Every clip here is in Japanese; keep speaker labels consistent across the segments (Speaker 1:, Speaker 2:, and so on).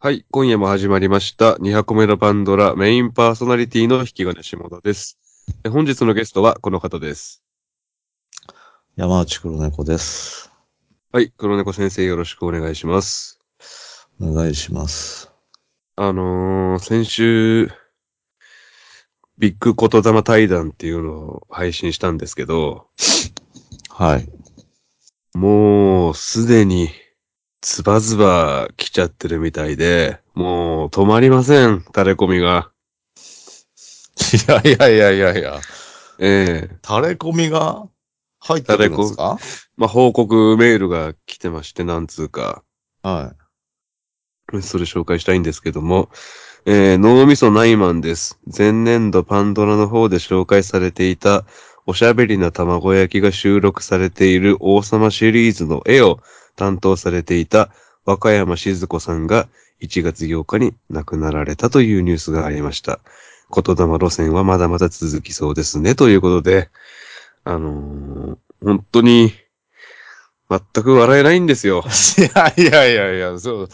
Speaker 1: はい。今夜も始まりました。2箱目のパンドラメインパーソナリティの引き金下田です。え本日のゲストはこの方です。
Speaker 2: 山内黒猫です。
Speaker 1: はい。黒猫先生よろしくお願いします。
Speaker 2: お願いします。
Speaker 1: あのー、先週、ビッグ言霊対談っていうのを配信したんですけど、
Speaker 2: はい。
Speaker 1: もうすでにズバズバ来ちゃってるみたいで、もう止まりません。垂れ込みが。
Speaker 2: いやいやいやいやいや、
Speaker 1: ええ
Speaker 2: 垂れ込みが入ってるんですか
Speaker 1: まあ、報告メールが来てまして、なんつうか。
Speaker 2: は
Speaker 1: それ紹介したいんですけども、えー脳みそないマンです。前年度パンドラの方で紹介されていた、おしゃべりな卵焼きが収録されている王様シリーズの絵を担当されていた和歌山静子さんが1月8日に亡くなられたというニュースがありました。言霊路線はまだまだ続きそうですね。ということで、あのー本当に、全く笑えないんですよ。
Speaker 2: い。いやいやいやいや、そう。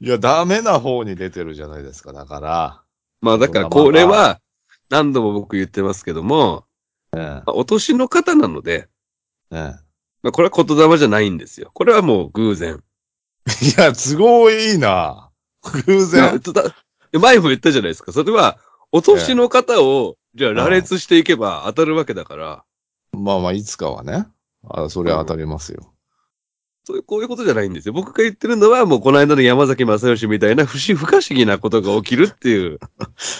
Speaker 2: いや、ダメな方に出てるじゃないですか、だか
Speaker 1: まあだからこれは何度も僕言ってますけども、
Speaker 2: ら。
Speaker 1: まあお年の方なので、
Speaker 2: ええ。え
Speaker 1: まあこれは言霊じゃないんですよ。これはもう偶然。
Speaker 2: え。いや、都合いいな。偶
Speaker 1: いや
Speaker 2: 然。
Speaker 1: ただ前も言ったじゃないですか。それはお年の方を、じゃあ羅列していけば当たるわけだから、
Speaker 2: まあまあ、いつかはね。あそれは当たりますよ。
Speaker 1: そういう、こういうことじゃないんですよ。僕が言ってるのはもうこの間の山崎正義みたいな不思不可思議なことが起きるっていう。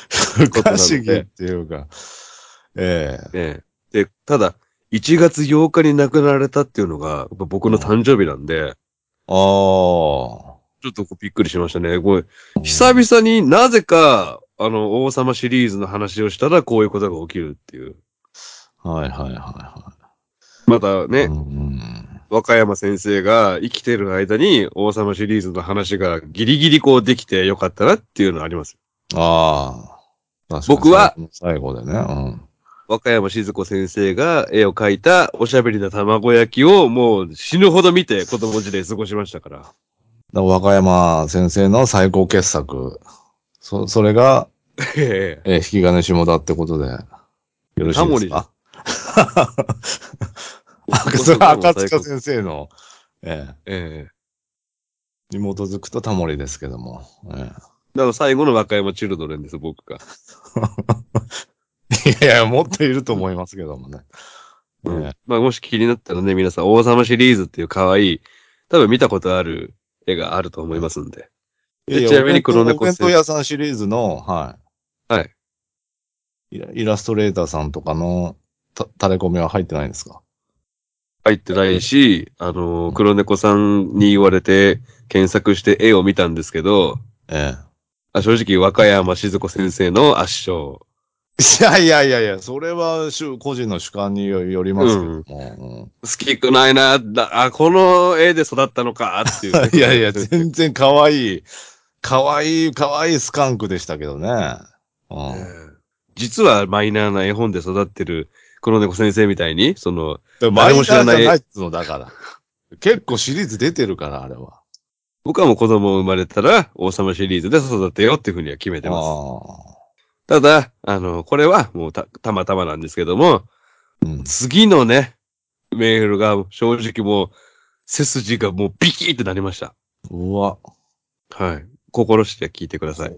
Speaker 2: 不可思議っていうか。ええ。
Speaker 1: ね、で、ただ、1月8日に亡くなられたっていうのが、やっぱ僕の誕生日なんで、
Speaker 2: ああ。
Speaker 1: ちょっとこうびっくりしましたね。これ久々になぜか、あの、王様シリーズの話をしたらこういうことが起きるっていう。
Speaker 2: はいはいはいは
Speaker 1: また
Speaker 2: い。
Speaker 1: ね、
Speaker 2: うん
Speaker 1: 和歌山先生が生きてる間に王様シリーズの話がギリギリこうできてよかったなっていうのはあります。
Speaker 2: ああ。確かに
Speaker 1: 僕は。
Speaker 2: 最後でね。うん。
Speaker 1: 和歌山静子先生が絵を描いたおしゃべりな卵焼きをもう死ぬほど見て子供時代過ごしました から。
Speaker 2: だから和歌山先生の最高傑作。そ、それが、
Speaker 1: ええ
Speaker 2: えー引き金下だってことで。よろしいですか それは赤塚先生の、え
Speaker 1: ええ
Speaker 2: ーに基づくとタモリですけども。え
Speaker 1: だから最後の和歌山チルドレンです、僕が。
Speaker 2: ーいやいや、もっといると思いますけどもね。え
Speaker 1: うん
Speaker 2: ー
Speaker 1: まあ、もし気になったらね、皆さん、王様シリーズっていう可愛い、多分見たことある絵があると思いますんで。で
Speaker 2: いや
Speaker 1: ちなみに黒猫
Speaker 2: お弁当お弁当屋さんシリーズの、はい。
Speaker 1: はい
Speaker 2: イラ。イラストレーターさんとかのた垂れ込みは入ってないんですか
Speaker 1: 入ってないし、あのー黒猫さんに言われて、検索して絵を見たんですけど、
Speaker 2: ええ。
Speaker 1: あ正直、和歌山静子先生の圧勝。
Speaker 2: いやいやいやいや、それは主個人の主観によりますけども。
Speaker 1: 好きくないな、だあ、この絵で育ったのか、っていう、
Speaker 2: い やいや、全然可愛い。可愛い、可愛いスカンクでしたけどね。うん。
Speaker 1: 実はマイナーな絵本で育ってる黒猫先生みたいに、その、
Speaker 2: でも
Speaker 1: 誰も知らない
Speaker 2: マイナーじゃないっつうのだから。結構シリーズ出てるから、あれは。
Speaker 1: 僕はもう子供生まれたら王様シリーズで育てようっていうふうには決めてます。
Speaker 2: あ
Speaker 1: ただ、あの、これはもうた、たまたまなんですけども、
Speaker 2: ーうん。
Speaker 1: 次のね、メールが正直もう、背筋がもうビキーってなりました。
Speaker 2: うわ。
Speaker 1: はい。心して聞いてください。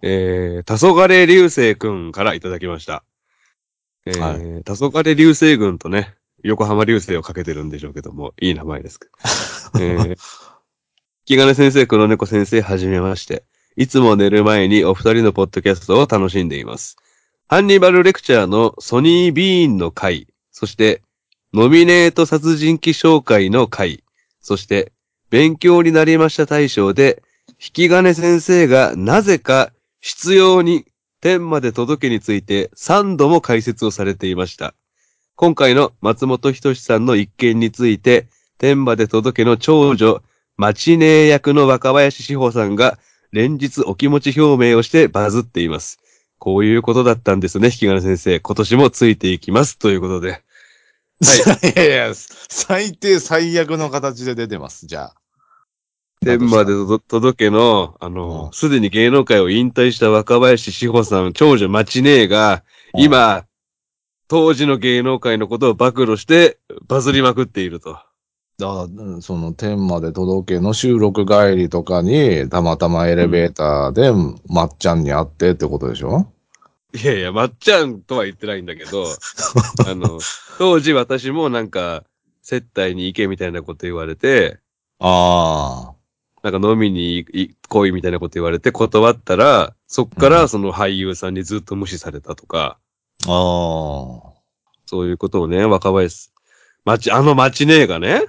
Speaker 1: えー、黄昏流星くんからいただきました。えー、
Speaker 2: は
Speaker 1: 黄昏流星群とね、横浜流星をかけてるんでしょうけども、いい名前ですけど。えー、気金先生、黒猫先生、はじめまして。いつも寝る前にお二人のポッドキャストを楽しんでいます。ハンニバルレクチャーのソニー・ビーンの回、そして、ノミネート殺人鬼紹介の回、そして、勉強になりました大賞で、引き金先生がなぜか必要に天まで届けについて3度も解説をされていました。今回の松本人志さんの一件について、天まで届けの長女、マチネー役の若林志保さんが連日お気持ち表明をしてバズっています。こういうことだったんですね、引き金先生。今年もついていきます。ということで。
Speaker 2: はい。いやいや、最低最悪の形で出てます、じゃあ。
Speaker 1: 天までと届けの、あの、すでに芸能界を引退した若林志保さん、長女マチネーが、
Speaker 2: うん
Speaker 1: 今、当時の芸能界のことを暴露して、バズりまくっていると。
Speaker 2: だからうん、その、天まで届けの収録帰りとかに、たまたまエレベーターで、まっちゃんに会ってってことでしょ
Speaker 1: いやいや、まっちゃんとは言ってないんだけ ど、あの、当時私もなんか、接待に行けみたいなこと言われて、
Speaker 2: あ
Speaker 1: なんか飲みにい来いみたいなこと言われて断ったら、そっからその俳優さんにずっと無視されたとか、
Speaker 2: あ、ああ。
Speaker 1: そういうことをね、若林、町、あの町ねえがね、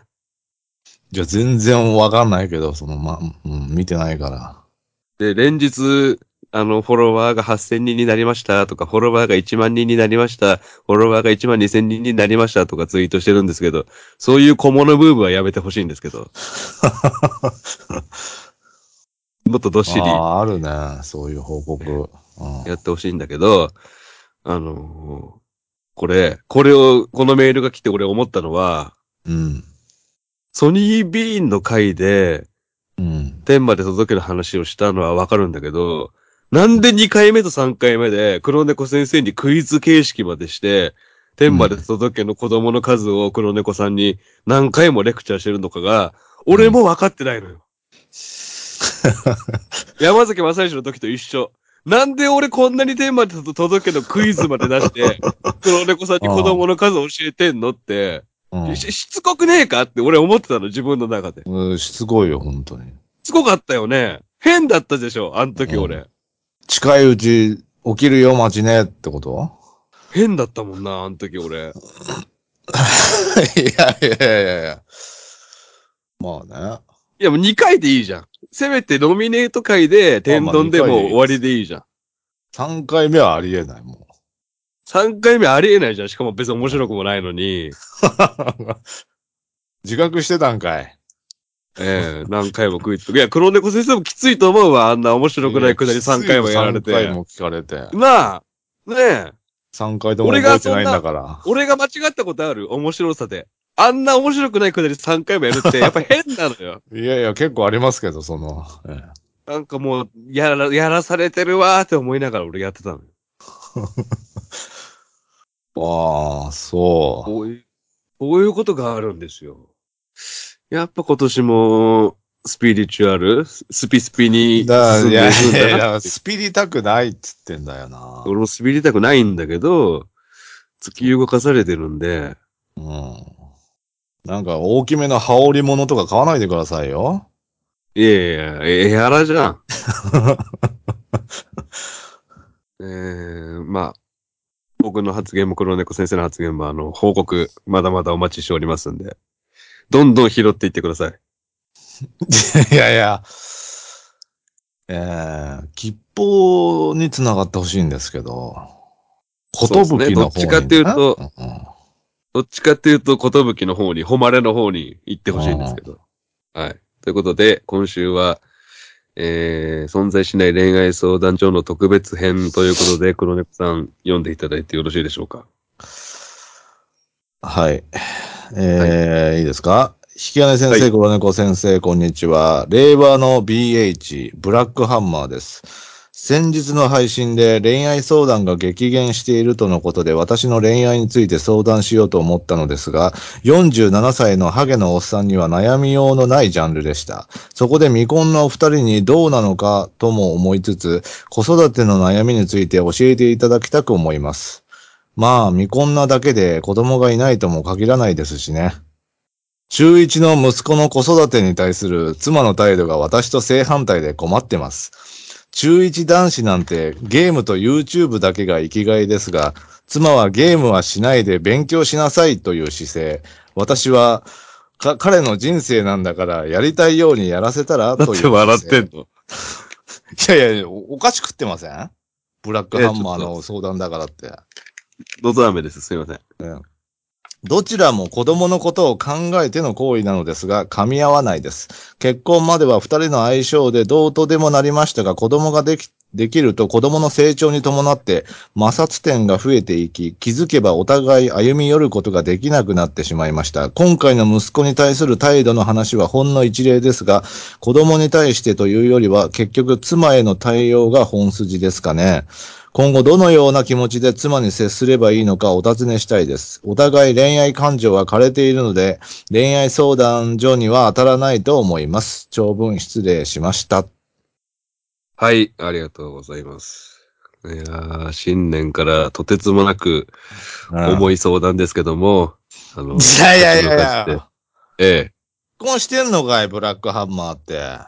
Speaker 2: じゃあ全然わかんないけど、その、ま、うん、見てないから。
Speaker 1: で、連日、あの、フォロワーが8000人になりましたとか、フォロワーが1万人になりました、フォロワーが1万2000人になりましたとかツイートしてるんですけど、そういう小物ブームはやめてほしいんですけど。 もっとどっしり
Speaker 2: ああ、あるね。そういう報告。うん
Speaker 1: やってほしいんだけど、あのこれ、これを、このメールが来て俺思ったのは、
Speaker 2: うん。
Speaker 1: ソニー・ビーンの回で、
Speaker 2: うん。
Speaker 1: 天まで届ける話をしたのはわかるんだけど、なんで2回目と3回目で黒猫先生にクイズ形式までして、天まで届けの子供の数を黒猫さんに何回もレクチャーしてるのかが、俺も分かってないのよ。山崎正義の時と一緒。なんで俺こんなに天まで届けのクイズまで出して、黒猫さんに子供の数を教えてんのって、
Speaker 2: うん
Speaker 1: ししつこくねえかって俺思ってたの、自分の中で。
Speaker 2: うん。しつこいよ、本当に。
Speaker 1: すごかったよね。変だったでしょ、あの時俺。
Speaker 2: う近いうち起きるよ、待ちねってこと
Speaker 1: 変だったもんな、あの時俺。
Speaker 2: いやいやいやいや。まあね。
Speaker 1: いや、もう2回でいいじゃん。せめてノミネート回で、天丼で
Speaker 2: まあまあ
Speaker 1: もう終わりでいいじゃん。
Speaker 2: 3回目はありえない、も
Speaker 1: 3回目ありえないじゃん。しかも別に面白くもないのに、
Speaker 2: う。 自覚してたんかい。
Speaker 1: ええ何回も食いついや、黒猫先生もきついと思うわ。あんな面白くないくだり3回もやられ
Speaker 2: 3回
Speaker 1: て。
Speaker 2: も聞かれて。
Speaker 1: なあ、ねえ、
Speaker 2: 3回とも覚えてないんだから。
Speaker 1: 俺が間違ったことある面白さで。あんな面白くないくだり3回もやるって、やっぱ変なのよ。
Speaker 2: いやいや、結構ありますけど、その。ええ
Speaker 1: なんかもう、やら、やらされてるわーって思いながら俺やってたのよ。
Speaker 2: ああ、そ
Speaker 1: こういう、こういうことがあるんですよ。やっぱ今年も、スピリチュアル、ススピスピ
Speaker 2: う。
Speaker 1: に
Speaker 2: だ
Speaker 1: 進
Speaker 2: か
Speaker 1: んで
Speaker 2: ら、いや
Speaker 1: いくん
Speaker 2: いやい
Speaker 1: だな
Speaker 2: や、
Speaker 1: って。
Speaker 2: スピりたくないっつってんだよな。
Speaker 1: 俺も滑りたくないんだけど、突き動かされてるんで、
Speaker 2: うん。なんか、大きめの羽織物とか買わないでくださいよ。
Speaker 1: いやいや、エアラじ ゃん。えー、まあ、僕の発言も黒猫先生の発言も、あの、報告、まだまだお待ちしておりますんで、どんどん拾っていってください。
Speaker 2: いやい や。えー、吉報につながってほしいんですけど。ことぶき
Speaker 1: そうですね
Speaker 2: の方に、
Speaker 1: どっちかっていうと
Speaker 2: うんうん
Speaker 1: どっちかっていうと、ことぶきの方に、誉れの方に行ってほしいんですけど。はい。ということで、今週は、えー、存在しない恋愛相談所の特別編ということで、黒猫さん読んでいただいてよろしいでしょうか。
Speaker 2: はい。えーい、いですか引き金先生、
Speaker 1: はい
Speaker 2: 黒猫先生、こんにちは。令和の BH、ブラックハンマーです。先日の配信で恋愛相談が激減しているとのことで私の恋愛について相談しようと思ったのですが、47歳のハゲのおっさんには悩みようのないジャンルでした。そこで未婚のお二人にどうなのかとも思いつつ、子育ての悩みについて教えていただきたく思います。まあ、未婚なだけで子供がいないとも限らないですしね。中一の息子の子育てに対する妻の態度が私と正反対で困ってます。中一男子なんてゲームと YouTube だけが生きがいですが、妻はゲームはしないで勉強しなさいという姿勢。私は、か彼の人生なんだからやりたいようにやらせたら
Speaker 1: だっ
Speaker 2: という
Speaker 1: て笑ってん
Speaker 2: 姿
Speaker 1: の。
Speaker 2: 勢。いやいや、おおかしく食ってませんブラックハンマー
Speaker 1: いやちょ
Speaker 2: の相談だからって。
Speaker 1: のぞ飴です。すいません。
Speaker 2: どちらも子供のことを考えての行為なのですが、噛み合わないです。結婚までは二人の相性でどうとでもなりましたが、子供ができ、できると子供の成長に伴って摩擦点が増えていき、気づけばお互い歩み寄ることができなくなってしまいました。今回の息子に対する態度の話はほんの一例ですが、子供に対してというよりは結局妻への対応が本筋ですかね。今後どのような気持ちで妻に接すればいいのかお尋ねしたいです。お互い恋愛感情は枯れているので、恋愛相談所には当たらないと思います。長文失礼しました。
Speaker 1: はい、ありがとうございます。いやー新年からとてつもなく重い相談ですけども、あの、
Speaker 2: いやいやいやいや。
Speaker 1: 立ち退
Speaker 2: 結
Speaker 1: かせてええ。
Speaker 2: 婚してんのかい、ブラックハンマーって。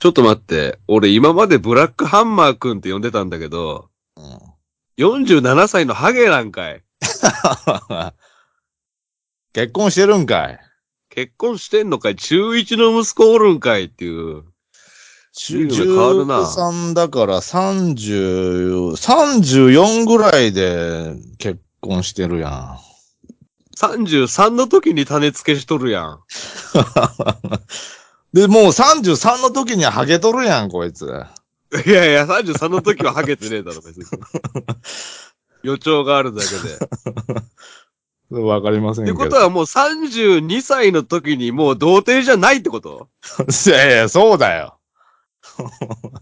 Speaker 1: ちょっと待って、俺今までブラックハンマーくんって呼んでたんだけど、
Speaker 2: うん、
Speaker 1: 47歳のハゲなんかい。
Speaker 2: 結婚してるんかい。
Speaker 1: 結婚してんのかい中1の息子おるんかいっていう。随分変わるな
Speaker 2: 13だから30、34ぐらいで結婚してるやん。
Speaker 1: 33の時に種付けしとるやん。
Speaker 2: で、もう33の時にはハゲとるやん、こいつ。
Speaker 1: いやいや、33の時はハゲてねえだろ、別に。予兆があるだけで。
Speaker 2: わかりません
Speaker 1: っ
Speaker 2: け
Speaker 1: て
Speaker 2: ど。
Speaker 1: ことはもう32歳の時にもう童貞じゃないってこと
Speaker 2: いやいや、そうだよ。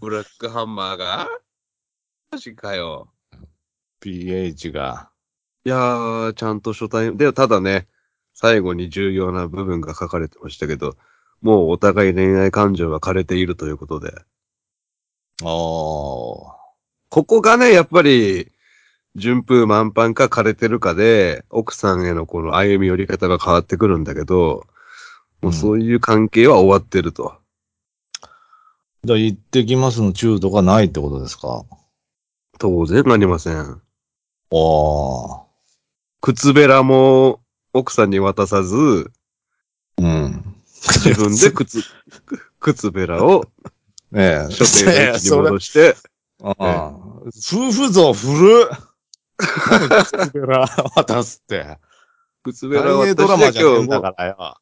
Speaker 1: ブラックハンマーがマジかよ。
Speaker 2: PH が。
Speaker 1: いやー、ちゃんと初対面。で、ただね、最後に重要な部分が書かれてましたけど、もうお互い恋愛感情が枯れているということで。
Speaker 2: おー。
Speaker 1: ここがね、やっぱり、順風満帆か枯れてるかで、奥さんへのこの歩み寄り方が変わってくるんだけど、もうそういう関係は終わってると。
Speaker 2: じゃあ行ってきますの中途がないってことですか
Speaker 1: 当然なりません。
Speaker 2: おー。
Speaker 1: 靴べらも奥さんに渡さず、
Speaker 2: うん。
Speaker 1: 自 分で靴、靴べらを
Speaker 2: ええ。
Speaker 1: 書
Speaker 2: い
Speaker 1: 店
Speaker 2: や
Speaker 1: に
Speaker 2: それ
Speaker 1: 戻して、
Speaker 2: ああ夫婦像古っ 靴べら渡すって。
Speaker 1: 靴べらを渡
Speaker 2: 大映ドラマ
Speaker 1: し
Speaker 2: じ
Speaker 1: て
Speaker 2: ゃね
Speaker 1: 今
Speaker 2: えん
Speaker 1: 日
Speaker 2: だ
Speaker 1: も
Speaker 2: からよ。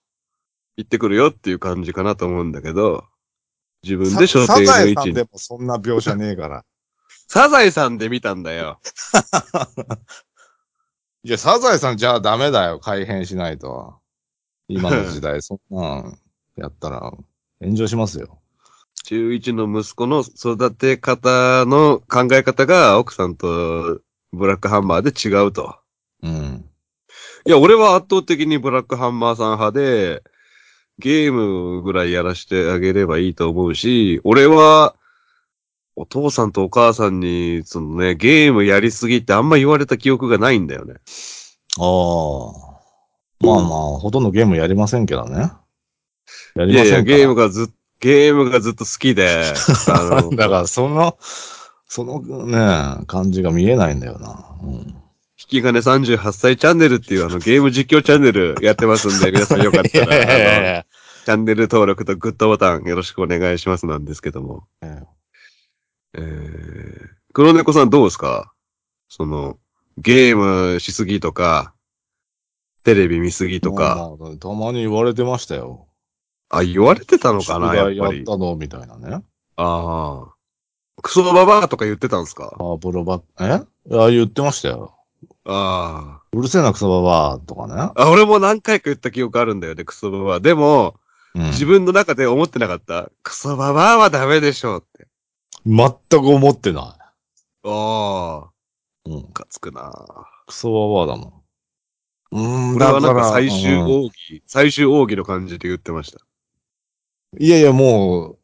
Speaker 1: 行ってくるよっていう感じかなと思うんだけど、自分で
Speaker 2: さ
Speaker 1: 書
Speaker 2: サ
Speaker 1: 店
Speaker 2: ザ
Speaker 1: の
Speaker 2: エ
Speaker 1: 位
Speaker 2: さ
Speaker 1: 置
Speaker 2: んで
Speaker 1: に。
Speaker 2: もそんな描写ねえから。
Speaker 1: サザエさんで見たんだよ。
Speaker 2: いや、サザエさんじゃあダメだよ。改変しない と。今の時代、そんなんやったら炎上しますよ。
Speaker 1: 中1の息子の育て方の考え方が奥さんとブラックハンマーで違うと。
Speaker 2: うん。
Speaker 1: いや、俺は圧倒的にブラックハンマーさん派で、ゲームぐらいやらしてあげればいいと思うし、俺は、お父さんとお母さんに、そのね、ゲームやりすぎってあんま言われた記憶がないんだよね。
Speaker 2: ああ。まあまあ、ほとんどゲームやりませんけどね。やり
Speaker 1: いや
Speaker 2: ませんから
Speaker 1: いや、ゲームがずっゲームがずっと好きで、 あの、
Speaker 2: だから、その、そのね、感じが見えないんだよな。うん、
Speaker 1: 引き金38歳チャンネルっていうあのゲーム実況チャンネルやってますんで、皆さんよかったら、あの
Speaker 2: や
Speaker 1: チャンネル登録とグッドボタンよろしくお願いしますなんですけども。えー、黒猫さんどうですかその、ゲームしすぎとか、テレビ見す ぎとか、
Speaker 2: まあまあたまに言われてましたよ。
Speaker 1: あ、言われてたのかな、やっ
Speaker 2: 宿題
Speaker 1: ぱ
Speaker 2: やっ
Speaker 1: り。
Speaker 2: たのみたいなね。
Speaker 1: ああ。クソババアとか言ってたんですか
Speaker 2: パープロバッ、えいや言ってましたよ。
Speaker 1: あ
Speaker 2: うるせえなクソババアとか
Speaker 1: あ。あ、俺も何回か言った記憶あるんだよね、クソババア。でも、
Speaker 2: ね。うん
Speaker 1: 自分の中で思ってなかった。クソババアはダメでしょうって。
Speaker 2: 全く思ってな
Speaker 1: ああ、
Speaker 2: い。うん
Speaker 1: ム。カつくな
Speaker 2: クソババアだもん。う
Speaker 1: 俺はなんか最終
Speaker 2: うん
Speaker 1: 奥義、最終奥義の感じで言ってました。
Speaker 2: いやいや、もう、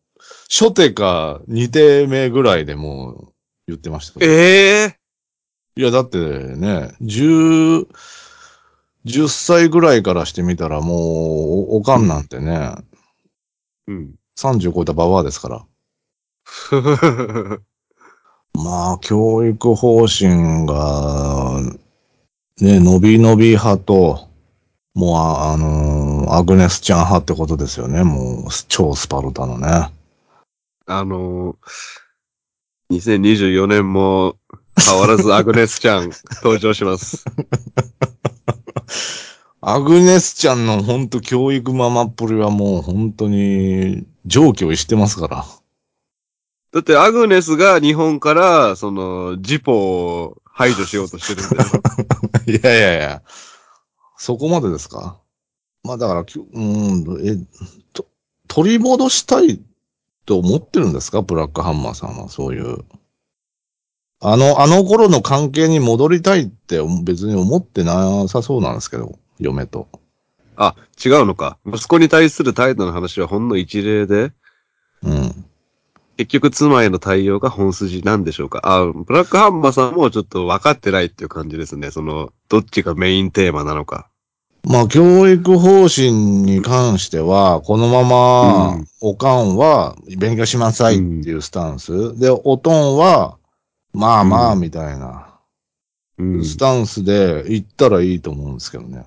Speaker 2: 初手か二手目ぐらいでもう言ってました。
Speaker 1: ええ
Speaker 2: いや、だってね、十、十歳ぐらいからしてみたらもう、おおかんなんてね、
Speaker 1: うん。
Speaker 2: 30超えたババアですから。まあ、教育方針が、ね、のびのび派と、もうあ、あのーアグネスちゃん派ってことですよね。もう、超スパルタのね。
Speaker 1: あのー、2024年も変わらずアグネスちゃん登場します。
Speaker 2: アグネスちゃんのほんと教育ママっぷりはもう本当に、常軌を逸してますから。
Speaker 1: だって、アグネスが日本から、その、ジポを排除しようとしてるんだよ。
Speaker 2: いやいやいや。そこまでですかまあだから、きゅうん、え、と、取り戻したいと思ってるんですかブラックハンマーさんは、そういう。あの、あの頃の関係に戻りたいって別に思ってなさそうなんですけど、嫁と。
Speaker 1: あ、違うのか。息子に対する態度の話はほんの一例で、
Speaker 2: うん。
Speaker 1: 結局妻への対応が本筋なんでしょうか。あ、ブラックハンマーさんもちょっと分かってないっていう感じですね。その、どっちがメインテーマなのか。
Speaker 2: まあ、教育方針に関しては、このま
Speaker 1: う
Speaker 2: ま
Speaker 1: ん、
Speaker 2: おかんは勉強しなさいっていうスタンス。で、おとんは、まあまあ、みたいな。
Speaker 1: うん。
Speaker 2: スタンスで行ったらいいと思うんですけどね。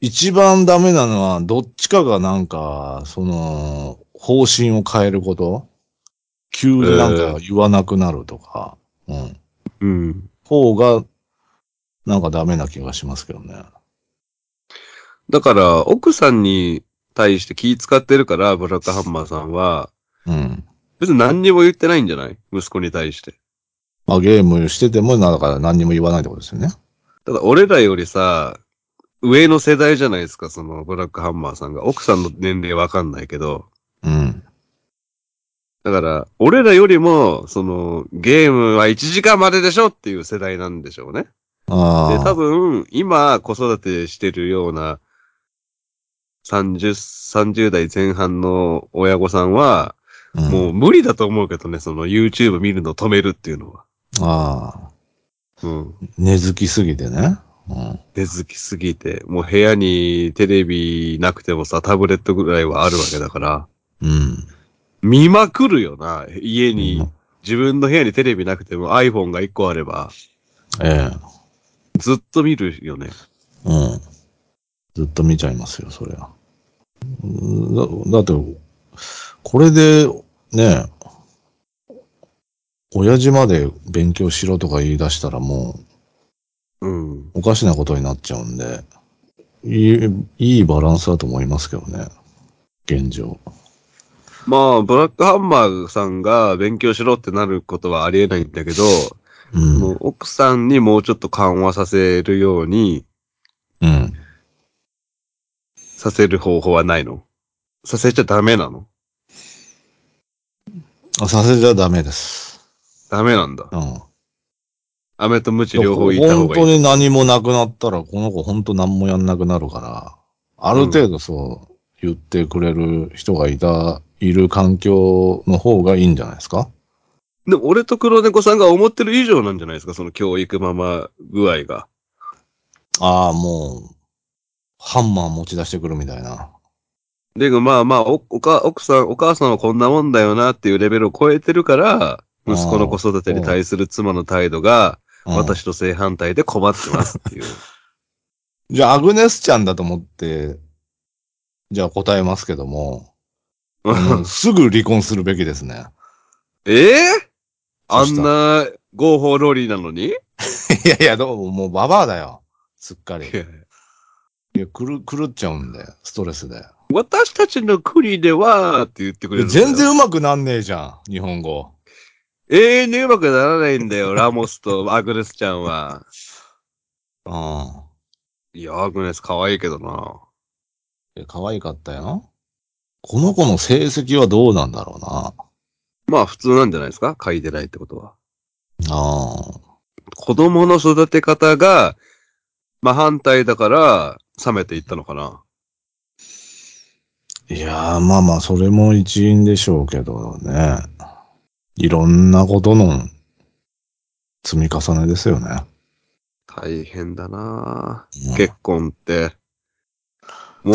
Speaker 2: 一番ダメなのは、どっちかがなんか、その、方針を変えること急になんか言わなくなるとか、うん。
Speaker 1: うん。
Speaker 2: 方が、なんかダメな気がしますけどね。
Speaker 1: だから、奥さんに対して気使ってるから、ブラックハンマーさんは、
Speaker 2: うん。
Speaker 1: 別に何にも言ってないんじゃない息子に対して。
Speaker 2: まあゲームしてても、だから何にも言わないってことですよね。
Speaker 1: ただ、俺らよりさ、上の世代じゃないですか、その、ブラックハンマーさんが。奥さんの年齢わかんないけど。
Speaker 2: うん。
Speaker 1: だから、俺らよりも、その、ゲームは1時間まででしょっていう世代なんでしょうね。で、
Speaker 2: あ
Speaker 1: 多
Speaker 2: あ。
Speaker 1: 分、今、子育てしてるような、30、30代前半の親御さんは、
Speaker 2: うん
Speaker 1: もう無理だと思うけどね、その YouTube 見るの止めるっていうのは。
Speaker 2: ああ。
Speaker 1: うん。
Speaker 2: 根付きすぎてね。うん。
Speaker 1: 根付きすぎて、もう部屋にテレビなくてもさ、タブレットぐらいはあるわけだから、
Speaker 2: うん。
Speaker 1: 見まくるよな、家に、
Speaker 2: うん
Speaker 1: 自分の部屋にテレビなくても iPhone が1個あれば、
Speaker 2: ええ。
Speaker 1: ずっと見るよね。
Speaker 2: うん。ずっと見ちゃいますよ、そりゃ。うんだだって、これで、ね、親父まで勉強しろとか言い出したらも
Speaker 1: うん。
Speaker 2: うおかしなことになっちゃうんで、いい、いいバランスだと思いますけどね。現状。
Speaker 1: まあ、ブラックハンマーさんが勉強しろってなることはありえないんだけど、
Speaker 2: うん。
Speaker 1: もう奥さんにもうちょっと緩和させるように
Speaker 2: うん。
Speaker 1: させる方法はないのさせちゃダメなの
Speaker 2: あさせちゃダメです。
Speaker 1: ダメなんだ。
Speaker 2: うん。
Speaker 1: 飴とムチ両方いった方
Speaker 2: 本
Speaker 1: がいい。
Speaker 2: 当に何もなくなったら、この子本当何もやんなくなるから、ある程度そう、言ってくれる人がいた、いる環境の方がいいんじゃないですか
Speaker 1: でも俺と黒猫さんが思ってる以上なんじゃないですかその教育ママ具合が。
Speaker 2: ああ、もう、ハンマー持ち出してくるみたいな。
Speaker 1: で、まあまあおおか、奥さん、お母さんはこんなもんだよなっていうレベルを超えてるから、息子の子育てに対する妻の態度が、
Speaker 2: うん。
Speaker 1: 私と正反対で困ってますっていう。
Speaker 2: じゃあ、アグネスちゃんだと思って、じゃあ答えますけども、うんすぐ離婚するべきですね。
Speaker 1: ええあ
Speaker 2: そし
Speaker 1: ん
Speaker 2: た
Speaker 1: な合法ロリーなのに
Speaker 2: いやいや、どうも、もうババアだよ。すっかり。
Speaker 1: いや
Speaker 2: いや、狂狂っちゃうんで、ストレスで。
Speaker 1: 私たちの国ではって言ってくれるんだよ。
Speaker 2: 全然うまくなんねえじゃん、日本語。
Speaker 1: 永遠にうまくならないんだよ、ラモスと アグネスちゃんは。
Speaker 2: あ
Speaker 1: いや、アグネス可愛いけどな。
Speaker 2: あ。可愛かったよ。この子の成績はどうなんだろうな。
Speaker 1: まあ普通なんじゃないですか書いてないってことは。
Speaker 2: ああ。
Speaker 1: 子供の育て方が、まあ反対だから、冷めていったのかな。
Speaker 2: いやー、まあまあ、それも一因でしょうけどね。いろんなことの積み重ねですよね。
Speaker 1: 大変だな
Speaker 2: うん
Speaker 1: 結婚って。もう、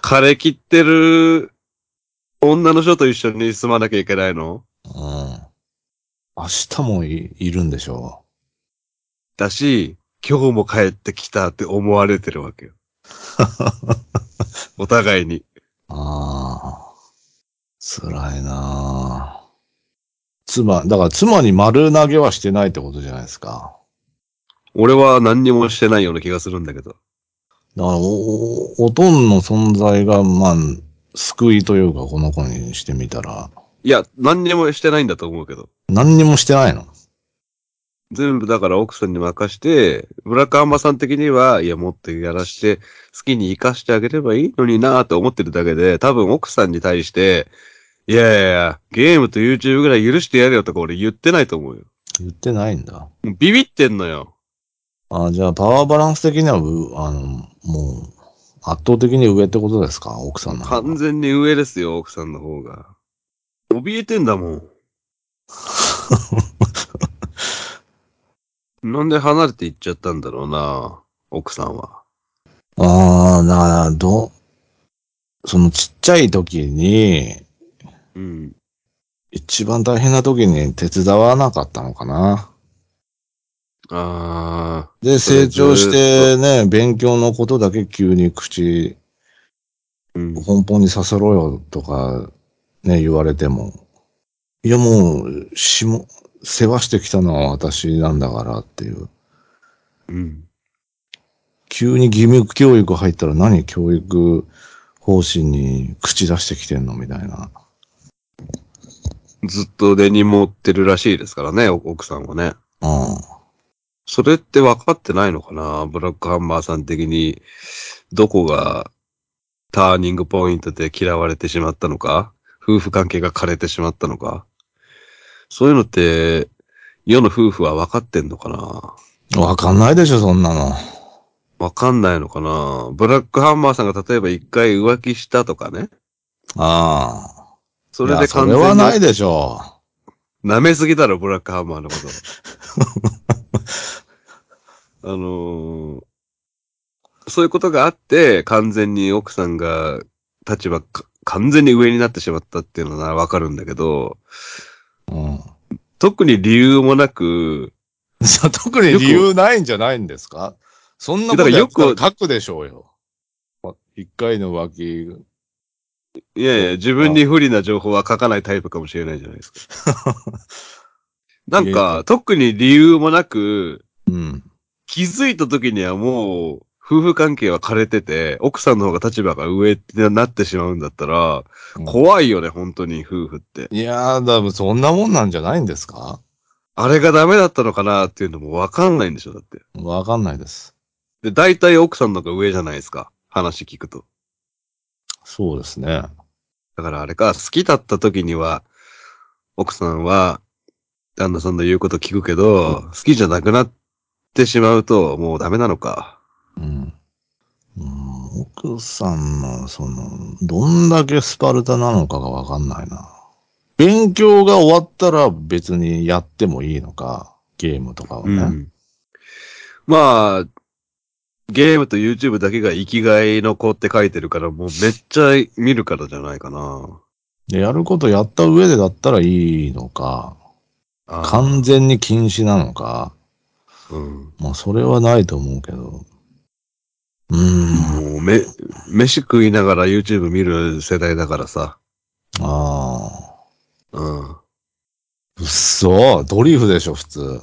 Speaker 1: 枯れ切ってる女の人と一緒に住まなきゃいけないの
Speaker 2: うん。明日もいいるんでしょ
Speaker 1: だし、今日も帰ってきたって思われてるわけよ。 お互いに。
Speaker 2: う。ああ。辛いなあ妻、だから妻に丸投げはしてないってことじゃないですか。
Speaker 1: 俺は何にもしてないような気がするんだけど。
Speaker 2: だからお、おおとんの存在が、まあ、救いというか、この子にしてみたら、
Speaker 1: いや、何にもしてないんだと思うけど。
Speaker 2: 何にもしてないの
Speaker 1: 全部だから奥さんに任して、村川さん的には、いや、持ってやらして、好きに生かしてあげればいいのになぁと思ってるだけで、多分奥さんに対して、いやいやいや、ゲームと YouTube ぐらい許してやれよとか俺言ってないと思うよ。
Speaker 2: 言ってないんだ。
Speaker 1: もうビビってんのよ。
Speaker 2: あじゃあ、パワーバランス的には、うあの、もう、圧倒的に上ってことですか奥さんの方
Speaker 1: 完
Speaker 2: が。
Speaker 1: 全に上ですよ、奥さんの方が。怯えてんだもん。なんで離れていっちゃったんだろうな奥さんは。
Speaker 2: ああ、だから、ど、そのちっちゃい時に、
Speaker 1: うん。
Speaker 2: 一番大変な時に手伝わなかったのかな。
Speaker 1: あ
Speaker 2: で、
Speaker 1: それ
Speaker 2: 成長してね、勉強のことだけ急に口、
Speaker 1: ー。うん。
Speaker 2: 根本にさせろよとか、ね、言われても。いや、もう、しも、世話してきたのは私なんだからっていう。
Speaker 1: うん。
Speaker 2: 急に義務教育入ったら何教育方針に口出してきてんのみたいな。
Speaker 1: ずっと根に持ってるらしいですからね、お奥さんはね。
Speaker 2: うん。
Speaker 1: それって分かってないのかなブラックハンマーさん的に、どこがターニングポイントで嫌われてしまったのか夫婦関係が枯れてしまったのかそういうのって、世の夫婦は分かってんのかな
Speaker 2: わかんないでしょ、そんなの。
Speaker 1: 分かんないのかなブラックハンマーさんが例えば一回浮気したとかね。
Speaker 2: ああ。
Speaker 1: それ
Speaker 2: いや
Speaker 1: で
Speaker 2: そ
Speaker 1: 完
Speaker 2: れは
Speaker 1: 全
Speaker 2: ない
Speaker 1: に
Speaker 2: でしょ。
Speaker 1: 舐めすぎだろ、ブラックハンマーのこと。あのーそういうことがあって、完全に奥さんが立場か完全に上になってしまったっていうのはわかるんだけど、
Speaker 2: うん。
Speaker 1: 特に理由もなく、
Speaker 2: さ 特に理由ないんじゃないんですかそんなこと
Speaker 1: だ
Speaker 2: よ
Speaker 1: からよ
Speaker 2: く
Speaker 1: く
Speaker 2: 書くでしょうよ。ま一回の浮気。
Speaker 1: いやいや、自分に不利な情報は書かないタイプかもしれないじゃないですか。なんか、特に理由もなく、
Speaker 2: うん。
Speaker 1: 気づいた時にはもう、夫婦関係は枯れてて、奥さんの方が立場が上ってなってしまうんだったら、
Speaker 2: うん
Speaker 1: 怖いよね、本当に夫婦って。
Speaker 2: いやー、多分そんなもんなんじゃないんですか
Speaker 1: あれがダメだったのかなっていうのもわかんないんでしょ、だって。
Speaker 2: わかんないです。
Speaker 1: で、大体奥さんの方が上じゃないですか。話聞くと。
Speaker 2: そうですね。
Speaker 1: だからあれか、好きだった時には、奥さんは、旦那さんの言うこと聞くけど、好きじゃなくなってしまうと、もうダメなのか。
Speaker 2: うん。うん、奥さんの、その、どんだけスパルタなのかがわかんないな。勉強が終わったら別にやってもいいのか、ゲームとかはね。
Speaker 1: うんまあ、ゲームと YouTube だけが生きがいの子って書いてるから、もうめっちゃ見るからじゃないかな。
Speaker 2: で、やることやった上でだったらいいのか、
Speaker 1: あー
Speaker 2: 完全に禁止なのか、
Speaker 1: うん。
Speaker 2: まあそれはないと思うけど。うーん。
Speaker 1: もう、め、飯食いながら YouTube 見る世代だからさ。
Speaker 2: ああ。
Speaker 1: うん。
Speaker 2: うっそドリフでしょ、普通。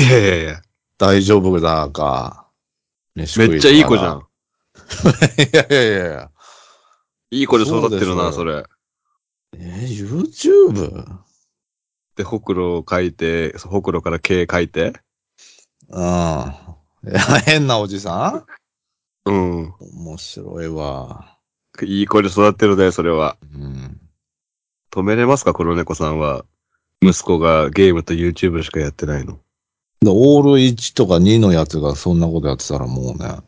Speaker 1: いやいやいや、
Speaker 2: 大丈夫だか。め
Speaker 1: めっちゃいい子じゃ。ん。
Speaker 2: いやいやいやいや。
Speaker 1: いい子で育ってるな、
Speaker 2: そ
Speaker 1: そうれ。
Speaker 2: えー YouTube?
Speaker 1: で、ほくろを書いて、ほくろから毛書いて。
Speaker 2: うん。いや変なおじさ
Speaker 1: うん。
Speaker 2: ん面白いわ。
Speaker 1: いい子で育ってるね、それは。
Speaker 2: うん。
Speaker 1: 止めれますか、黒猫さんは。息子がゲームと YouTube しかやってないの。
Speaker 2: で、オール1とか2のやつがそんなことやってたらもうね、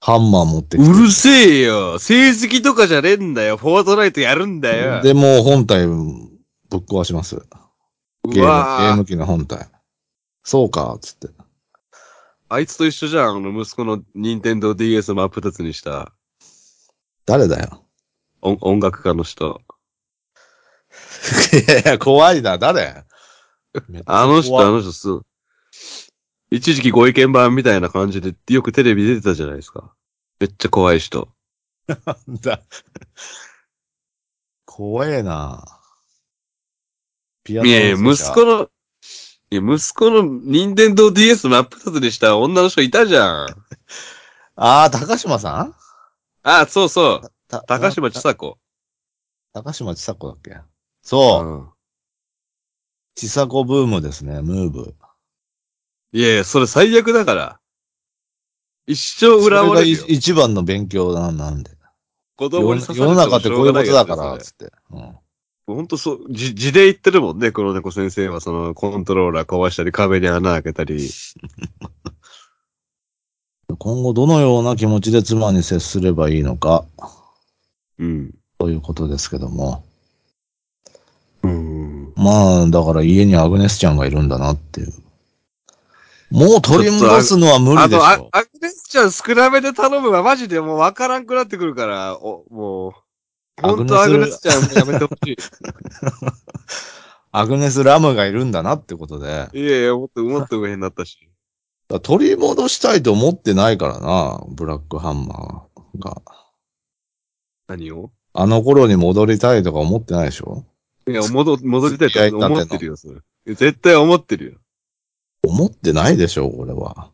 Speaker 2: ハンマー持ってきて。
Speaker 1: うるせえよ成績とかじゃねえんだよフォートナイトやるんだよ
Speaker 2: で、もう本体ぶっ壊します。ゲーム、ゲ
Speaker 1: うわ
Speaker 2: ー
Speaker 1: ー
Speaker 2: ム機の本体。そうか、つって。
Speaker 1: あいつと一緒じゃん、あの息子の任天堂 DS も真っ二つにした
Speaker 2: 誰 だよ。
Speaker 1: 音音楽家の人。
Speaker 2: いやいや、怖いな、誰
Speaker 1: あの人、あ
Speaker 2: の、
Speaker 1: の人す、一時期ご意見番みたいな感じでよくテレビ出てたじゃないですか。めっちゃ怖い人。
Speaker 2: だ怖えな。ピア
Speaker 1: いやいや、息
Speaker 2: 奏者
Speaker 1: 子の、いや、息子の任天堂 DS 真っ二つにした女の人いたじゃん。
Speaker 2: ああ、高島さん
Speaker 1: あ、そうそう。
Speaker 2: た
Speaker 1: 高島ちさ子。
Speaker 2: 高島ちさ子だっけそう、
Speaker 1: うん
Speaker 2: ちさ子ブームですね、ムーブ。
Speaker 1: いやいや、それ最悪だから。一生
Speaker 2: それ
Speaker 1: 恨ま
Speaker 2: が
Speaker 1: れる
Speaker 2: い
Speaker 1: よ。
Speaker 2: 一番の勉強ななんで。
Speaker 1: 子供
Speaker 2: 世
Speaker 1: に
Speaker 2: の
Speaker 1: 刺され
Speaker 2: 世の中ってこういうことだか
Speaker 1: しょうがない
Speaker 2: ら、
Speaker 1: やつ
Speaker 2: つって。うん
Speaker 1: ほんとそう、じ、字で言ってるもんね、黒猫先生は、その、コントローラー壊したり、壁に穴開けたり。
Speaker 2: 今後どのような気持ちで妻に接すればいいのか、
Speaker 1: うん。
Speaker 2: ということですけども。
Speaker 1: うん。
Speaker 2: まあ、だから家にアグネスちゃんがいるんだなっていう。もう取り戻すのは無
Speaker 1: あ
Speaker 2: 理でし
Speaker 1: と、あ
Speaker 2: ょ。
Speaker 1: アグネスちゃん少なめで頼むわ。マジでもうわからんくなってくるから、お、もう。ほんと
Speaker 2: ア
Speaker 1: ア
Speaker 2: グ
Speaker 1: グ
Speaker 2: ネ
Speaker 1: ネ
Speaker 2: ス
Speaker 1: スちゃんもやめてほし
Speaker 2: アグネス・ラムがいるんだなってことで。だか
Speaker 1: い。いやいや、もっと、もっと上になったし。
Speaker 2: ら取り戻したいと思ってないからな、ブラックハンマーが。
Speaker 1: 何を
Speaker 2: あの頃に戻りたいとか思ってないでしょ
Speaker 1: いや、戻、戻りたいと思ってるよ、それ。いや絶対思ってるよ。
Speaker 2: 思ってないでしょ、俺は。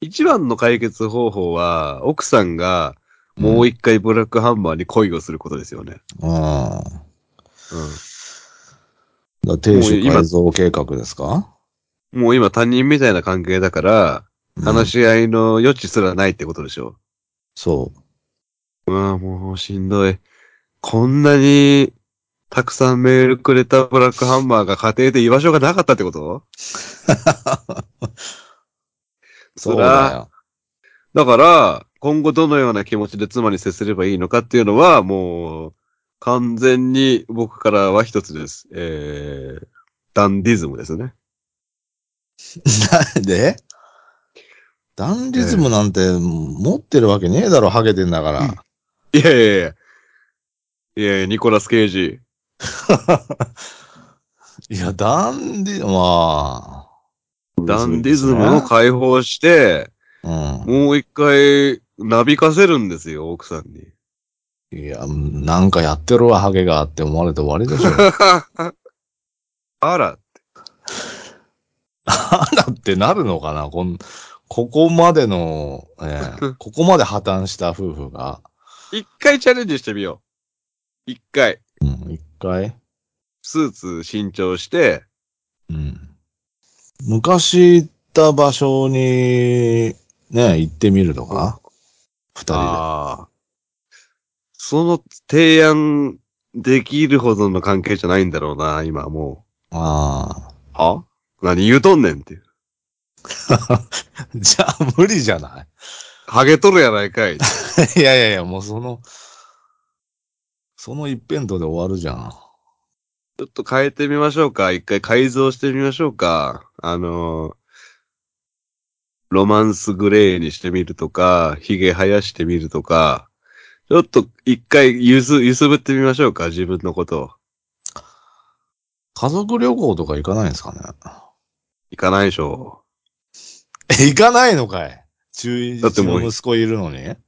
Speaker 1: 一番の解決方法は、奥さんが、もう一回ブラックハンマーに恋をすることですよね。
Speaker 2: うん。だか
Speaker 1: うん。
Speaker 2: ら亭主改造計画ですか
Speaker 1: もう今他人みたいな関係だから、
Speaker 2: うん
Speaker 1: 話し合いの余地すらないってことでしょ。
Speaker 2: そう。
Speaker 1: うわもうしんどい。こんなに、たくさんメールくれたブラックハンマーが家庭で居場所がなかったって こと
Speaker 2: そうだよ。
Speaker 1: だから、今後どのような気持ちで妻に接すればいいのかっていうのは、もう、完全に僕からは一つです。えー、ダンディズムですね。
Speaker 2: なん でダンリズムなんて持ってるわけねえだろ、ハゲてんだから。
Speaker 1: いやいやいや。いやいや、ニコラス・ケイジ。
Speaker 2: いや、ダンディ、まあ。
Speaker 1: ダンディズムを解放して、
Speaker 2: う
Speaker 1: もう一回、なびかせるんですよ、奥さんに。
Speaker 2: ん。いや、なんかやってるわ、ハゲがって思われて終わりでしょ。
Speaker 1: あら、
Speaker 2: あらってなるのかなこん、ここまでの、ええここまで破綻した夫婦が。
Speaker 1: 一回チャレンジしてみよう。一回、
Speaker 2: うん、一回。
Speaker 1: スーツ新調して、
Speaker 2: うん。昔行った場所に、ね、行ってみるとか。二人で。
Speaker 1: ああ。その提案できるほどの関係じゃないんだろうな、今も
Speaker 2: ああ。
Speaker 1: う。は何言うとんねんっていう。
Speaker 2: じゃあ、無理じゃない
Speaker 1: ハゲとるやないかい。
Speaker 2: いやいやいや、もうその、その一辺倒で終わるじゃん。
Speaker 1: ちょっと変えてみましょうか。一回改造してみましょうか。あのーロマンスグレーにしてみるとか、髭生やしてみるとか、ちょっと一回ゆす、ゆすぶってみましょうか、自分のことを。
Speaker 2: 家族旅行とか行かないんですかね
Speaker 1: いかないでしょう。
Speaker 2: え、行かないのかい中一
Speaker 1: だってもう
Speaker 2: の息子いるのに
Speaker 1: 冷え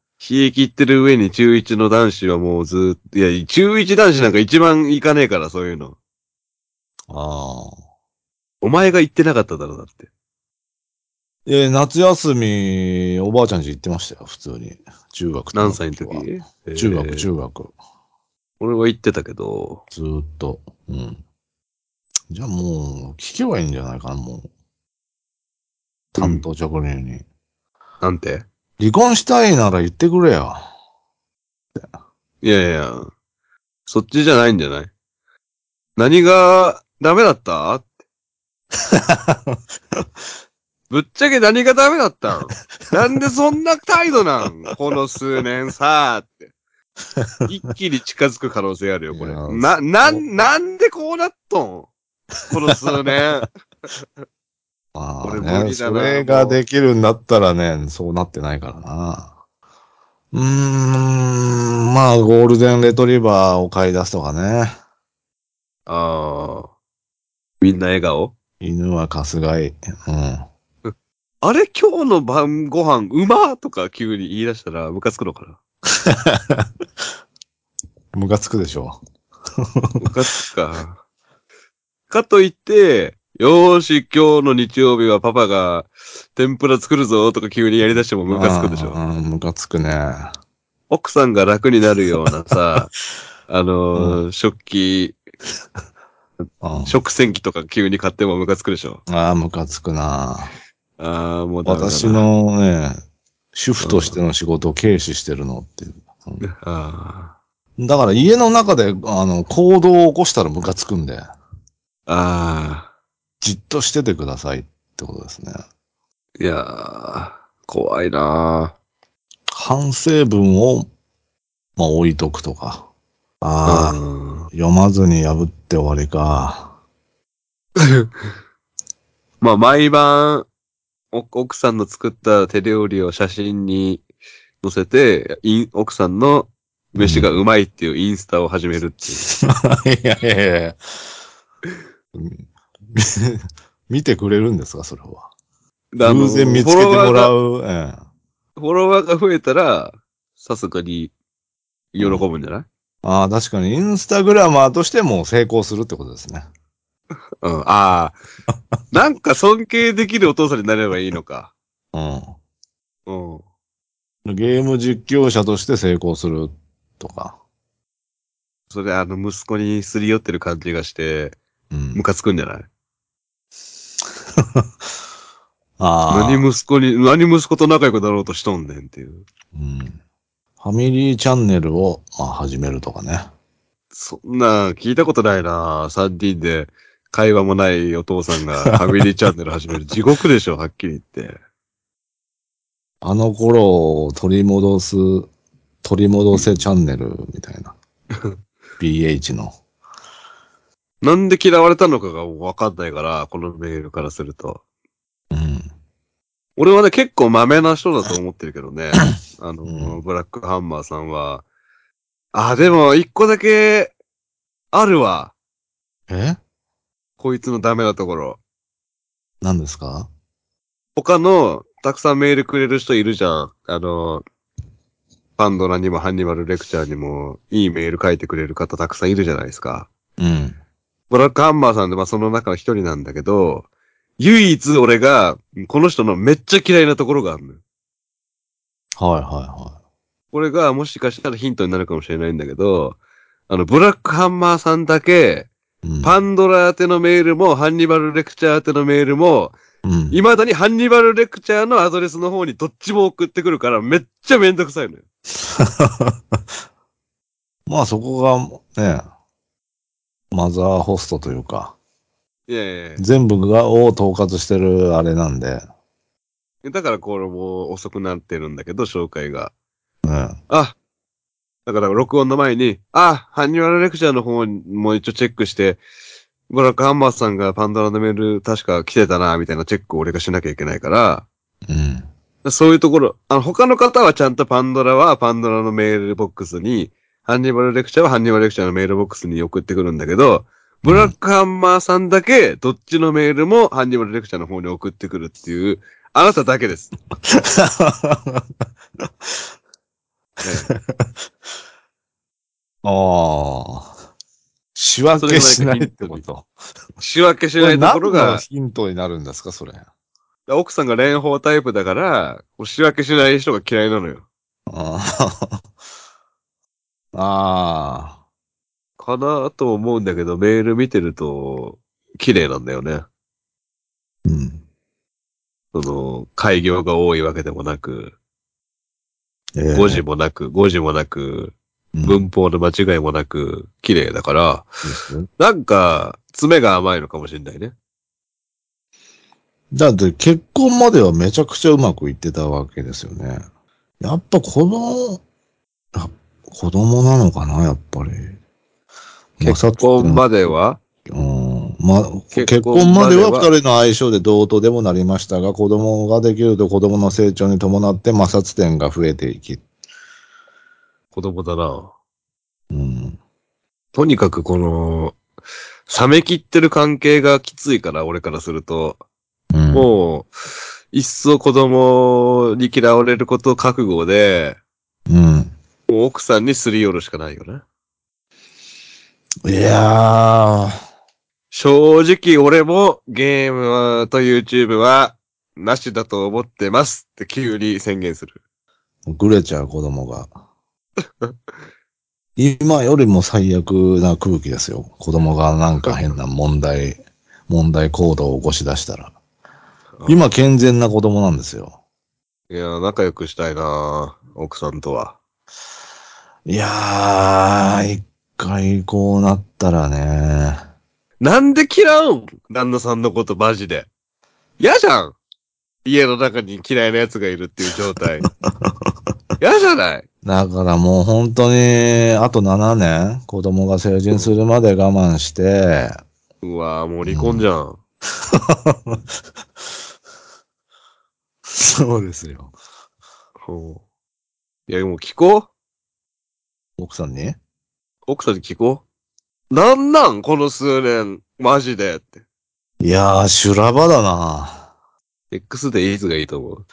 Speaker 1: 切ってる上に中1の男子はもうずーっと、いや、中1男子なんか一番いかねえから、そういうの。
Speaker 2: ああ。
Speaker 1: お前が言ってなかっただろ、だって。
Speaker 2: え、夏休み、おばあちゃん家行ってましたよ、普通に。中学とか
Speaker 1: 何歳の時
Speaker 2: 中
Speaker 1: え
Speaker 2: 学、
Speaker 1: ー
Speaker 2: 中学。
Speaker 1: 俺は言ってたけど、
Speaker 2: ずーっと。うん。じゃあもう、聞けばいいんじゃないかな、もう。担当直入に。
Speaker 1: なんて
Speaker 2: 離婚したいなら言ってくれよ。
Speaker 1: いやいや、そっちじゃないんじゃない何がダメだ ったって。ぶっちゃけ何がダメだったんなんでそんな態度なんこの数年さって。一気に近づく可能性あるよ、これ。
Speaker 2: いや
Speaker 1: な、な、
Speaker 2: そうん
Speaker 1: なんでこうなっとんこの数 年。
Speaker 2: まあ
Speaker 1: 俺無
Speaker 2: ね、
Speaker 1: 理だ
Speaker 2: そ
Speaker 1: な
Speaker 2: れ
Speaker 1: も
Speaker 2: が
Speaker 1: う
Speaker 2: できるんだったらね、そうなってないからな。うーん、まあ、ゴールデンレトリバーを買い出すとかね。
Speaker 1: ああ。みんな笑顔
Speaker 2: 犬はかすがい。うん。
Speaker 1: あれ今日の晩ご飯うまとか急に言い出したらムカつくのかな
Speaker 2: ムカつくでしょ。
Speaker 1: ムカつくか。かといって、よーし、今日の日曜日はパパが天ぷら作るぞとか急にやり出してもムカつくでし
Speaker 2: う
Speaker 1: ょ。
Speaker 2: んうん、ムカつくね。
Speaker 1: 奥さんが楽になるような さ、あのー食器、
Speaker 2: うん
Speaker 1: 食洗機とか急に買ってもムカつくでしょ。
Speaker 2: ああ、ムカつくな
Speaker 1: ああ、もうダメだな
Speaker 2: 私。のね、主婦としての仕事を軽視してるのっていう。
Speaker 1: あ
Speaker 2: だから家の中で、あの、行動を起こしたらムカつくんで、
Speaker 1: あ。あ
Speaker 2: じっとしててくださいってことですね。
Speaker 1: あ。いやー、怖いな
Speaker 2: 反省文を、まあ、置いとくとか。
Speaker 1: ー
Speaker 2: ああ、
Speaker 1: うん
Speaker 2: 読まずに破って終わ りか。
Speaker 1: まあ、毎晩、お奥さんの作った手料理を写真に載せて、イン奥さんの飯がうまいっていうインスタを始めるっていう。
Speaker 2: いやいやいや。み 見てくれるんですか、それは。
Speaker 1: であの
Speaker 2: 偶然見つけてもらう。ええ
Speaker 1: フォロワーが増えたら、さすがに、喜ぶんじゃない、
Speaker 2: ああ、確かに、インスタグラマーとしても成功するってことですね。
Speaker 1: うん、ああ。 なんか尊敬できるお父さんになればいいのか。
Speaker 2: う
Speaker 1: うん。
Speaker 2: ん。ゲーム実況者として成功するとか。
Speaker 1: それ、あの、息子にすり寄ってる感じがして、
Speaker 2: うん
Speaker 1: ム。カつくんじゃない
Speaker 2: ああ、
Speaker 1: 何息子に、何息子と仲良くなろうとしとんねんっていう。
Speaker 2: うん。ファミリーチャンネルを、まあ、始めるとかね。
Speaker 1: そんな、聞いたことないな3人で、会話もないお父さんがファミリーチャンネル始める。地獄でしょ、はっきり言って。
Speaker 2: あの頃を取り戻す、取り戻せチャンネルみた いな。BH の。
Speaker 1: なんで嫌われたのかがわかんないから、このメールからすると。
Speaker 2: うん。
Speaker 1: 俺はね、結構豆な人だと思ってるけどね。あの、ブラックハンマーさんは。あ、でも、一個だけ、あるわ。
Speaker 2: え
Speaker 1: こいつのダメなところ。
Speaker 2: 何ですか
Speaker 1: 他の、たくさんメールくれる人いるじゃん。あの、パンドラにもハンニバルレクチャーにも、いいメール書いてくれる方たくさんいるじゃないですか。
Speaker 2: うん。
Speaker 1: ブラックハンマーさんで、まあ、その中の一人なんだけど、唯一俺が、この人のめっちゃ嫌いなところがあるのよ。
Speaker 2: はいはいは
Speaker 1: これがもしかしたらヒントになるかもしれないんだけど、あの、ブラックハンマーさんだけ、
Speaker 2: い。うん、
Speaker 1: パンドラ宛てのメールも、ハンニバルレクチャー宛てのメールも、
Speaker 2: うん。
Speaker 1: 未だにハンニバルレクチャーのアドレスの方にどっちも送ってくるから、めっちゃめんどくさいのよ。
Speaker 2: まあそこがね、マザーホストというか、
Speaker 1: いやいやい
Speaker 2: 全部がを統括してるあれなんで、
Speaker 1: やだからこれもう遅くなってるんだけど、紹介が。
Speaker 2: ね、
Speaker 1: あ、だから録音の前に、あ、ハンニバルレクチャーの方も一応チェックして、ブラックハンマーさんがパンドラのメール確か来てたな、みたいなチェックを俺がしなきゃいけないから、
Speaker 2: うん。
Speaker 1: そういうところ、あの、他の方はちゃんとパンドラはパンドラのメールボックスに、ハンニバルレクチャーはハンニバルレクチャーのメールボックスに送ってくるんだけど、ブラックハンマーさんだけ、どっちのメールもハンニバルレクチャーの方に送ってくるっていう、あなただけです。え
Speaker 2: ああ。仕分けしないってこと。
Speaker 1: え仕分けし
Speaker 2: こ
Speaker 1: な
Speaker 2: れ
Speaker 1: いところ
Speaker 2: 何の
Speaker 1: が、
Speaker 2: ヒントになるんですか、それ。あ
Speaker 1: 奥さんが蓮舫タイプだから、こう仕分けしない人が嫌いなのよ。
Speaker 2: あ。あ
Speaker 1: かなと思うんだけど、メール見てると、綺麗なんだよね。
Speaker 2: ーうん。
Speaker 1: その、開業が多いわけでもなく。
Speaker 2: え
Speaker 1: 誤字もなく、誤字もなく、文法の間違いもなく、綺麗だから、
Speaker 2: うん
Speaker 1: なんか、爪が甘いのかもしれないね。
Speaker 2: だって結婚まではめちゃくちゃうまくいってたわけですよね。やっぱ子供、あ子供なのかな、やっぱり。
Speaker 1: 結婚までは、
Speaker 2: うんま、結
Speaker 1: 結
Speaker 2: 婚
Speaker 1: 婚
Speaker 2: ま
Speaker 1: ま
Speaker 2: で
Speaker 1: で
Speaker 2: は
Speaker 1: は
Speaker 2: 二人の相性で同等でもなりましたが、子供ができると子供の成長に伴って摩擦点が増えていき、
Speaker 1: 子供だな。
Speaker 2: うん、
Speaker 1: とにかくこの、冷め切ってる関係がきついから、俺からすると、
Speaker 2: うん
Speaker 1: もう、一層子供に嫌われること覚悟で、
Speaker 2: うん。
Speaker 1: もう奥さんにすり寄るしかないよね。
Speaker 2: いやー、
Speaker 1: 正直俺もゲームはと YouTube はなしだと思ってますって急に宣言する。
Speaker 2: ぐれちゃう子供が。今よりも最悪な空気ですよ。子供がなんか変な問題、問題行動を起こし出したら。今健全な子供なんですよ。
Speaker 1: いや、仲良くしたいな奥さんとは。
Speaker 2: いやー、一回こうなったらね。
Speaker 1: なんで嫌うん旦那さんのことマジで。嫌じゃん家の中に嫌いな奴がいるっていう状 態。嫌じゃない
Speaker 2: だからもう本当に、あと7年、子供が成人するまで我慢して、
Speaker 1: うわぁ、もう離婚じゃん。
Speaker 2: そうですよ。
Speaker 1: ほういや、もう聞こう
Speaker 2: 奥さんに
Speaker 1: 奥さんに聞こうなんなんこの数年、マジでって。
Speaker 2: いやー、修羅場だな
Speaker 1: X でいつがいいと思う。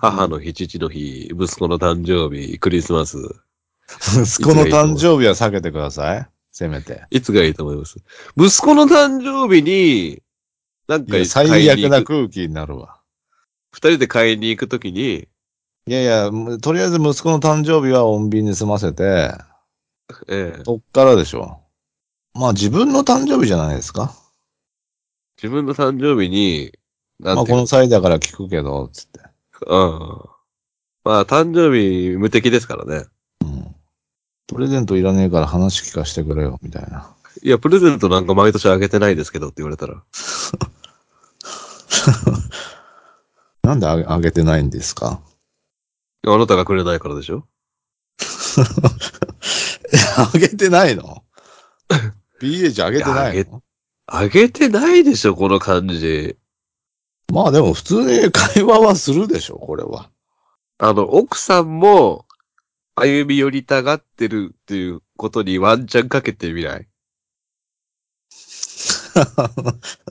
Speaker 1: 母の日、父の日、息子の誕生日、クリスマス。
Speaker 2: 息子の誕生日は避けてください。せめて。
Speaker 1: いつがいいと思います息子の誕生日に、なん
Speaker 2: い
Speaker 1: か
Speaker 2: や
Speaker 1: 買
Speaker 2: 最
Speaker 1: いに
Speaker 2: 悪
Speaker 1: 行
Speaker 2: な
Speaker 1: く、
Speaker 2: 空気になるわ。
Speaker 1: 二人で買いに行くときに、
Speaker 2: いやいや、もうとりあえず息子の誕生日は穏便に済ませて、
Speaker 1: ええ、
Speaker 2: そっからでしょ。まあ自分の誕生日じゃないですか。
Speaker 1: 自分の誕生日に、な
Speaker 2: まあ
Speaker 1: んてい
Speaker 2: こ
Speaker 1: う
Speaker 2: の際だから聞くけど、つって。
Speaker 1: うん。まあ、誕生日無敵ですからね。
Speaker 2: プレゼントいらねえから話聞かせてくれよ、みたいな。
Speaker 1: いや、プレゼントなんか毎年あげてないですけどって言われたら。
Speaker 2: なんであげあげてないんですか
Speaker 1: あなたがくれないからでしょ
Speaker 2: あげてないの ?BH あげてない
Speaker 1: いや
Speaker 2: の
Speaker 1: あげてないでしょ、この感じ。
Speaker 2: まあでも普通に会話はするでしょ、これは。
Speaker 1: あの、奥さんも、歩み寄りたがってるっていうことにワンチャンかけてみない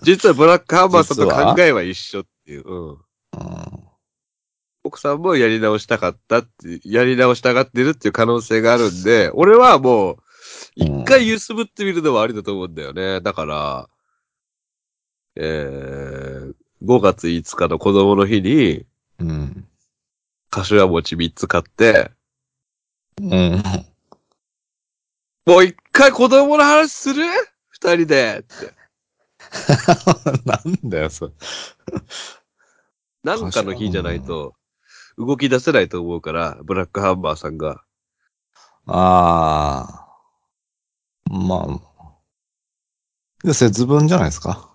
Speaker 1: 実はブラックハンマーさんと考えは一緒っていう。うん。
Speaker 2: うん
Speaker 1: 奥さんもやり直したかったって、やり直したがってるっていう可能性があるんで、俺はもう、一回揺すぶってみるのはありだと思うんだよね。だから、えー、5月5日の子供の日に、
Speaker 2: うん。
Speaker 1: 柏餅3つ買って、
Speaker 2: うん。
Speaker 1: もう一回子供の話する二人でって。
Speaker 2: なんだよ、それ。
Speaker 1: なんかの日じゃないと、動き出せないと思うから、ブラックハンマーさんが。
Speaker 2: ああ。まあ。で節分じゃないですか。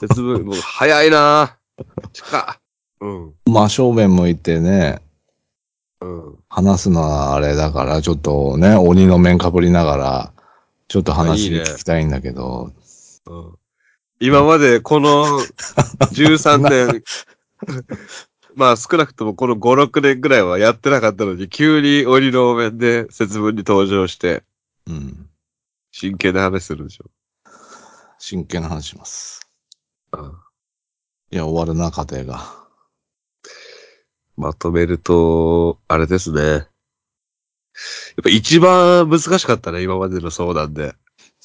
Speaker 1: 節分、もう早いなぁ。近っ。うん。
Speaker 2: 真正面向いてね、
Speaker 1: うん。
Speaker 2: 話すのはあれだから、ちょっとね、鬼の面かぶりながら、ちょっと
Speaker 1: いい
Speaker 2: 話
Speaker 1: ね
Speaker 2: 聞きたいんだけど、
Speaker 1: うん今までこの13年、まあ少なくともこの5、6年ぐらいはやってなかったのに、急に鬼のお面で節分に登場して、
Speaker 2: うん。
Speaker 1: 真剣な話するでしょ。
Speaker 2: 真剣な話します。
Speaker 1: うん
Speaker 2: いや、終わるな、家庭が。
Speaker 1: まとめると、あれですね。やっぱ一番難しかったね、今までの相談で。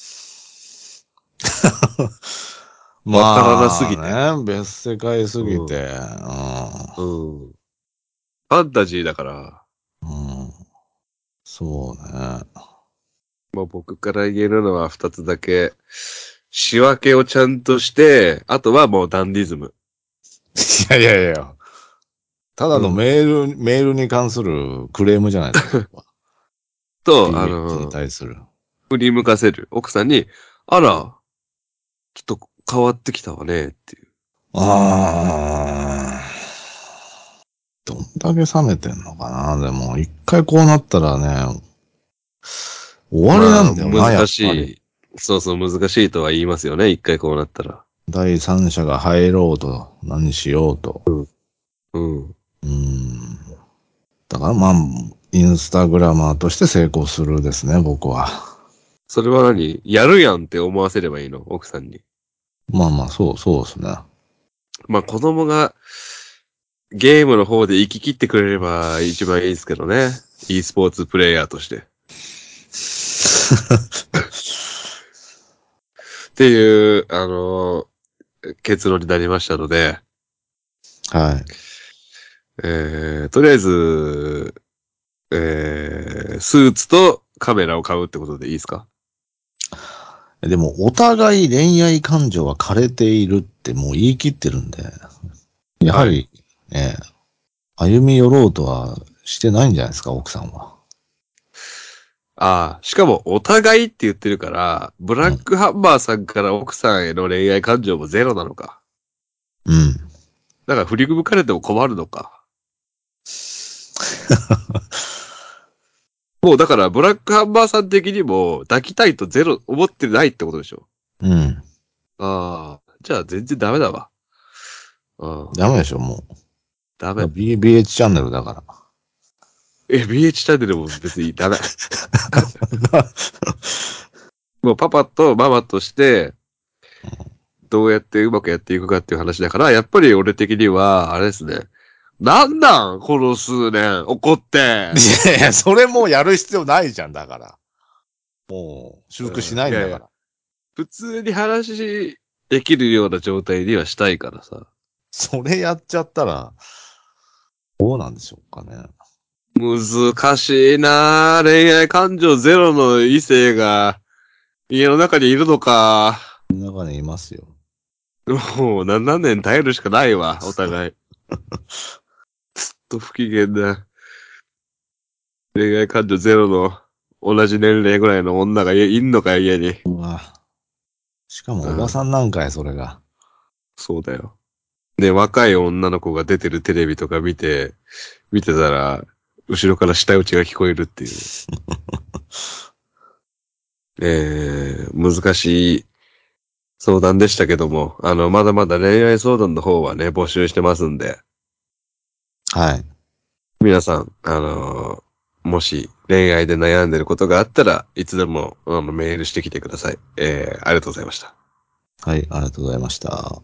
Speaker 2: まあ
Speaker 1: わからなすぎて
Speaker 2: ね、別世界すぎて、うん。
Speaker 1: うんうん。ファンタジーだから、
Speaker 2: うんそうね。
Speaker 1: まあ、僕から言えるのは二つだけ。仕分けをちゃんとして、あとはもうダンディズム。
Speaker 2: いやいやいや。ただのメール、メールに関するクレームじゃないです か。
Speaker 1: と、あ
Speaker 2: BH に
Speaker 1: の、
Speaker 2: 対する。
Speaker 1: 振り向かせる。奥さんに、あら、ちょっと変わってきたわね、っていう。
Speaker 2: ああ。どんだけ冷めてんのかな。でも、一回こうなったらね、終わりなんだよな、
Speaker 1: まあ
Speaker 2: やっぱ
Speaker 1: 難し
Speaker 2: り。
Speaker 1: い。そうそう、難しいとは言いますよね。一回こうなったら。
Speaker 2: 第三者が入ろうと、何しようと。
Speaker 1: うん。
Speaker 2: うーん。だからまあ、インスタグラマーとして成功するですね、僕は。
Speaker 1: それは何やるやんって思わせればいいの奥さんに。
Speaker 2: まあまあ、そう、そうですね。
Speaker 1: まあ、子供が、ゲームの方で生き切ってくれれば一番いいですけどね。e スポーツプレイヤーとして。っていう、あのー結論になりましたので、
Speaker 2: はい。
Speaker 1: えー、とりあえず、えー、スーツとカメラを買うってことでいいですか
Speaker 2: でも、お互い恋愛感情は枯れているってもう言い切ってるんで、やはり、ええ歩み寄ろうとはしてないんじゃないですか、奥さんは。
Speaker 1: ああ、しかもお互いって言ってるから、ブラックハンマーさんから奥さんへの恋愛感情もゼロなのか。
Speaker 2: うん。
Speaker 1: だから振り向かれても困るのか。もうだからブラックハンマーさん的にも抱きたいとゼロ思ってないってことでしょ。
Speaker 2: うん。
Speaker 1: ああ、じゃあ全然ダメだわ。うん、
Speaker 2: ダメでしょ、も
Speaker 1: ダメ
Speaker 2: う。。B- BH チャンネルだか
Speaker 1: え、BH チャンネルも別にダメ。
Speaker 2: ら。
Speaker 1: もうパパとママとして、どうやってうまくやっていくかっていう話だから、やっぱり俺的には、あれですね。なんなんこの数年、怒 って。
Speaker 2: いやいや、それもうやる必要ないじゃん、だから。もう、修復しないんだから。
Speaker 1: うんいやい普通に話しできるような状態にはしたいからさ。
Speaker 2: それやっちゃったら、どうなんでしょうかね。
Speaker 1: 難しいなぁ恋愛感情ゼロの異性が、家の中にいるのか。
Speaker 2: この中にいますよ。
Speaker 1: もう7年耐えるしかないわ、お互い。ずっと不機嫌な、恋愛感情ゼロの、同じ年齢ぐらいの女がいいんのか、家に。
Speaker 2: うわ。しかも、おばさんなんかや、それが。
Speaker 1: そうだよ。で、若い女の子が出てるテレビとか見て、見てたら、後ろから舌打ちが聞こえるっていう。えー、難しい相談でしたけども、あの、まだまだ恋愛相談の方はね、募集してますんで、
Speaker 2: はい。
Speaker 1: 皆さん、あのーもし恋愛で悩んでることがあったらいつでもあのメールしてきてください。えー、ありがとうございました。
Speaker 2: はい、ありがとうございました。